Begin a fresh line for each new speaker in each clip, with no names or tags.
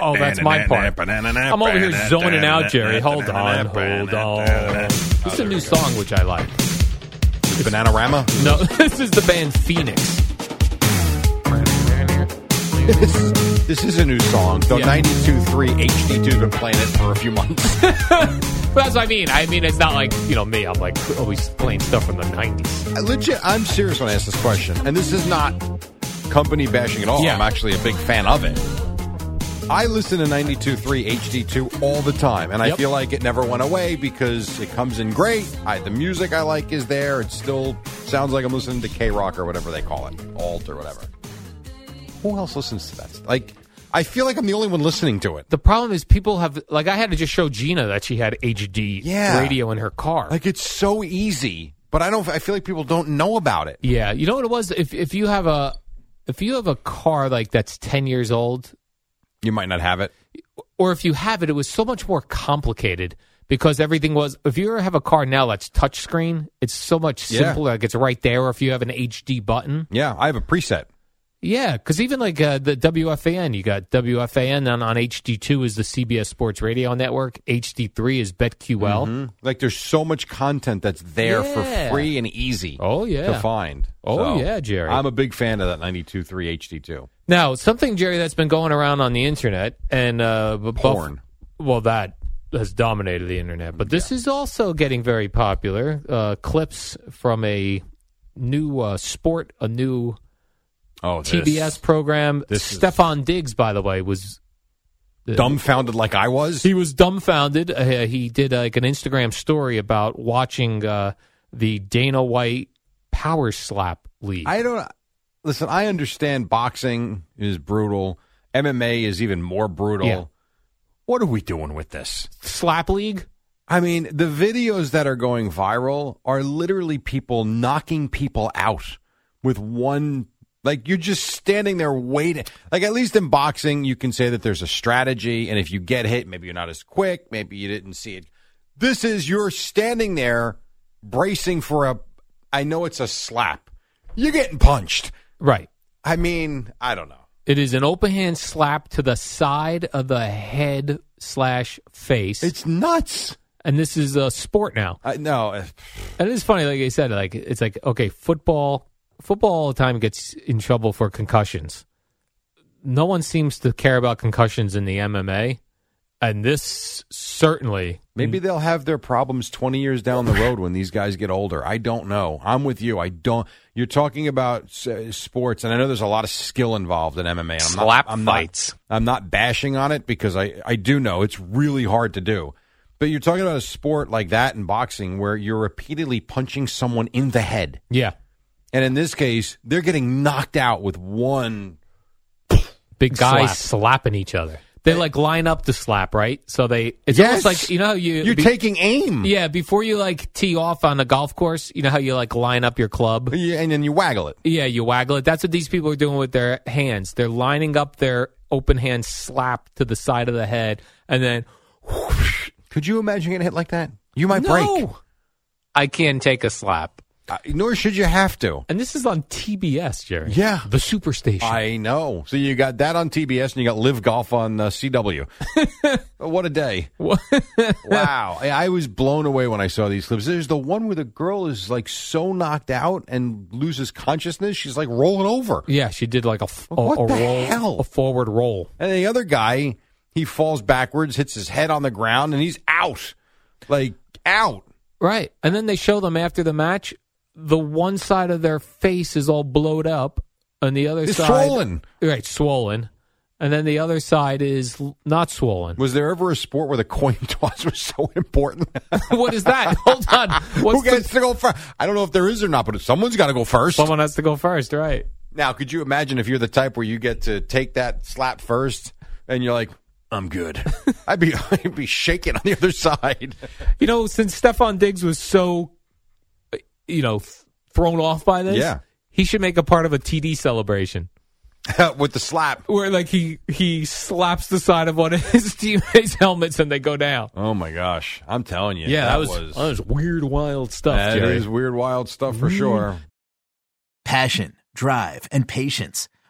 Oh, that's my part. I'm over here zoning out, Jerry. Hold on, hold on. This is a new song which I like.
Bananarama?
No, this is the band Phoenix.
This, this is a new song, though
Yeah.
92.3 HD2's been playing it for a few months.
But that's what I mean. I mean, it's not like you know me. I'm like always playing stuff from the '90s.
I Legit, I'm serious when I ask this question, and this is not company bashing at all.
Yeah.
I'm actually a big fan of it. I listen to 92.3 HD2 all the time, and I
Yep.
feel like it never went away because it comes in great. I, the music I like is there. It still sounds like I'm listening to K Rock or whatever they call it, alt or whatever. Who else listens to that? Like, I feel like I'm the only one listening to it.
The problem is people have like I had to just show Gina that she had HD
Yeah.
radio in her car.
Like it's so easy, but I don't. I feel like people don't know about it.
Yeah, you know what it was. If if you have a if you have a car like that's ten years old,
You might not have it.
or if you have it, it was so much more complicated because everything was. If you have a car now that's touchscreen, it's so much
Yeah.
simpler. Like it's right there. Or if you have an HD button,
Yeah, I have a preset.
yeah. Because even like uh, the WFAN, you got WFAN on, on HD two is the CBS Sports Radio Network. HD three is BetQL.
Like there's so much content that's there
Mm. Yeah.
for free and easy.
Oh, yeah.
to find.
Oh, yeah, Jerry.
I'm a big fan of that 92.3 HD2.
Now something Jerry that's been going around on the internet and uh, b- buff-
Porn.
well, that has dominated the internet, but this is also getting very popular. Uh, clips from a new uh, sport, a new
Oh, this.
TBS program.
this is-
Stefan Diggs, by the way, was
dumbfounded like I was.
he was dumbfounded. Uh, he did like an Instagram story about watching uh, the Dana White Power Slap League.
I don't listen. I understand boxing is brutal. MMA is even more brutal.
Yeah.
What are we doing with this?
slap League.
I mean, the videos that are going viral are literally people knocking people out with one. Like you're just standing there waiting. Like at least in boxing, you can say that there's a strategy, and if you get hit, maybe you're not as quick, maybe you didn't see it. This is you're standing there bracing for a. I know it's a slap. You're getting punched.
Right.
I mean, I don't know.
It is an open hand slap to the side of the head slash face,
It's nuts.
and this is a sport now.
I, no, eh,
And it is funny, like I said, like it's like okay, football, football all the time gets in trouble for concussions. No one seems to care about concussions in the MMA, and this certainly
Maybe they'll have their problems 20 years down the road when these guys get older. I don't know. I'm with you. I don't. You're talking about s- sports, and I know there's a lot of skill involved in MMA. And I'm
Slap
not, I'm
fights.
Not, I'm not bashing on it because I, I do know it's really hard to do. But you're talking about a sport like that in boxing where you're repeatedly punching someone in the head.
yeah,
And in this case, they're getting knocked out with one.
big guys
Slap.
slapping each other. They like line up to slap, right? So they it's almost like you know how you
You're
be-
taking aim.
Yeah, before you like tee off on the golf course, you know how you like line up your club?
Yeah, And then you waggle it.
Yeah, you waggle it. That's what these people are doing with their hands. They're lining up their open hand slap to the side of the head and then
Could you imagine getting hit like that? You might
no!
break.
I can take a slap.
Uh, nor should you have to.
And this is on TBS, Jerry.
Yeah.
The Superstation.
I know. So you got that on TBS, and you got Live Golf on uh, CW. Oh, what a day!
What-
Wow, I- I was blown away when I saw these clips. There's the one where the girl is like so knocked out and loses consciousness; she's like rolling over,
yeah, she did like a, f- a-
What
a
the
roll,
hell?
a forward roll.
and the other guy he falls backwards, hits his head on the ground, and he's out, like out.
Right. And then they show them after the match, the one side of their face is all blowed up, and the other
It's
side.
swollen.
Right, swollen. And then the other side is l- not swollen.
Was there ever a sport where the coin toss was so important?
what is that? Hold on.
Who
What's the-
gets to go first? I don't know if there is or not, but someone's got to go first.
Someone has to go first, right?
Now, could you imagine if you're the type where you get to take that slap first and you're like, I'm good. I'd be I'd be shaking on the other side.
You know, since Stefan Diggs was so, you know, th- thrown off by this,
Yeah.
he should make a part of a TD celebration
With the slap.
where, like, he he slaps the side of one of his teammates' helmets and they go down.
Oh my gosh. I'm telling you.
Yeah, that, was, that was weird, wild stuff.
that
Jerry.
is weird wild stuff for sure.
Passion, drive, and patience.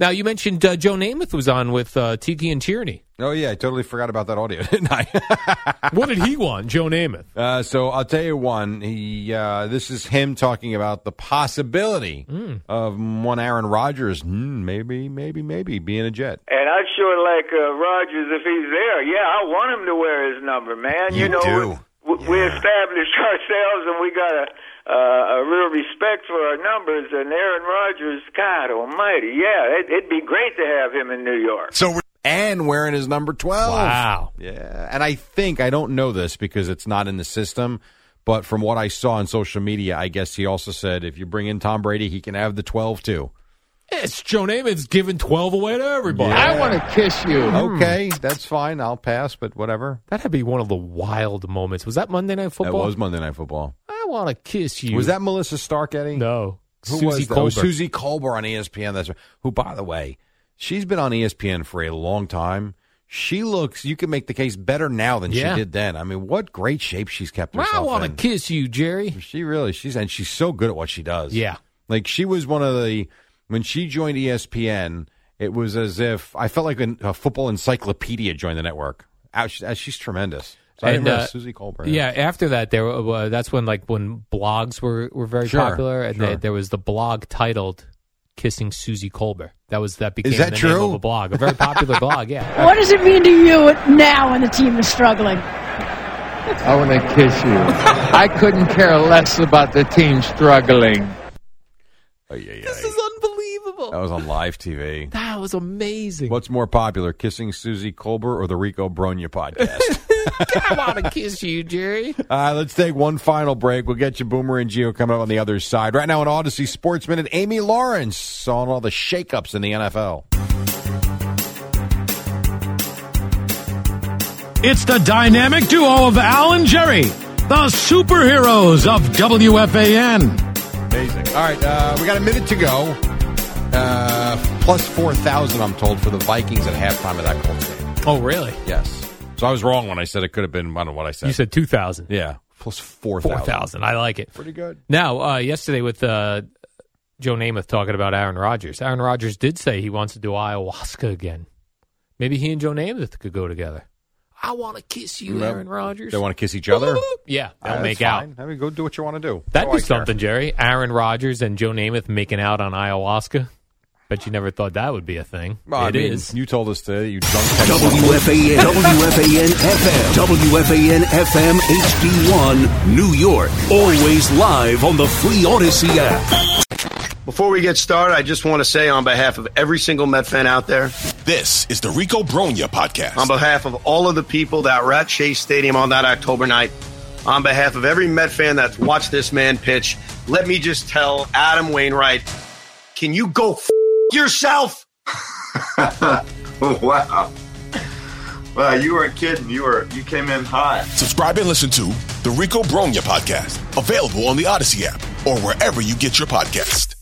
Now you mentioned uh, Joe Namath was on with uh, Tiki and Tierney.
Oh yeah, I totally forgot about that audio, didn't I?
What did he want, Joe Namath?
Uh, so I'll tell you one. He uh, this is him talking about the possibility of one Aaron Rodgers, mm, maybe, maybe, maybe being a Jet.
And I'd sure like uh, Rogers if he's there. Yeah, I want him to wear his number, man. You,
You
know,
do.
We, we- we established ourselves, and we got a, uh, a real respect for our numbers. And Aaron Rodgers, God Almighty, yeah, it, it'd be great to have him in New York.
So we're- and wearing his number twelve.
Wow.
Yeah, and I think I don't know this because it's not in the system, but from what I saw on social media, I guess he also said if you bring in Tom Brady, he can have the twelve too.
It's Joe Namath's giving twelve away to everybody. Hmm.
want to kiss you. Okay, that's fine. I'll pass, but whatever.
That'd be one of the wild moments. Was that Monday Night
That
Football?
was Monday Night Football.
I want to kiss you.
Was that Melissa Stark, Eddie?
no?
Who
Susie
was that?
Colbert.
Oh, Susie Colbert on ESPN. That's right. Who, by the way, she's been on E ESPN for a long time. She looks. You can make the case better now than
Yeah.
she did then. I mean, what great shape she's kept herself
I want to
in.
kiss you, Jerry.
She really. She's and she's so good at what she does.
Yeah.
Like she was one of the when she joined E ESPN. It was as if I felt like an, a football encyclopedia joined the network. Ow, she- uh, she's tremendous. So I
And,
remember
uh,
Susie Colbert.
Yeah. After that, there were- uh, that's when like when blogs were were very
Sure,
popular, and
sure.
they- there was the blog titled "Kissing Susie Colbert." That was that became
that
the
true?
name of a blog, a very popular blog. Yeah.
What does it mean to you now when the team is struggling?
I want to kiss you. I couldn't care less about the team struggling.
Oh, yeah, yeah.
This is unbelievable.
That was on live TV.
That was amazing.
What's more popular, kissing Susie Colbert or the Rico Bronya podcast?
I want to kiss you, Jerry.
uh, let's take one final break. We'll get you Boomer and Geo coming up on the other side. Right now on Odyssey Sports Minute, Amy Lawrence on all the shakeups in the NFL.
It's the dynamic duo of Al and Jerry, the superheroes of WFAN.
Amazing. All right, uh, we got a minute to go. Uh, plus 4,000, I'm told, for the Vikings at halftime of that Colts game.
Oh, really?
Yes. So I was wrong when I said it could have been, I don't know what I said.
You said 2,000.
yeah, plus 4,000.
4,000. I like it.
Pretty good.
Now, uh, yesterday with uh, Joe Namath talking about Aaron Rodgers, Aaron Rodgers did say he wants to do ayahuasca again. Maybe he and Joe Namath could go together. I want to kiss you,
Well,
Aaron Rodgers.
They want to kiss each other?
Yeah,
Uh,
they'll
that's
make out.
fine. I mean, go do what you want to do.
That'd
Oh, I
be
care.
something, Jerry. Aaron Rodgers and Joe Namath making out on ayahuasca. Bet you never thought that would be a thing.
Well, I
It
mean,
is.
You told us today that you drunk text.
WFAN, WFAN FM, WFAN FM HD1, New York. Always live on the free Odyssey app.
Before we get started, I just want to say on behalf of every single Met fan out there, this is the Rico Bronya podcast. On behalf of all of the people that were at Chase Stadium on that October night, on behalf of every Met fan that's watched this man pitch, let me just tell Adam Wainwright, can you go f- yourself?
wow. Wow, you weren't kidding. You were you came in hot.
Subscribe and listen to the Rico Bronya podcast, available on the Odyssey app or wherever you get your podcast.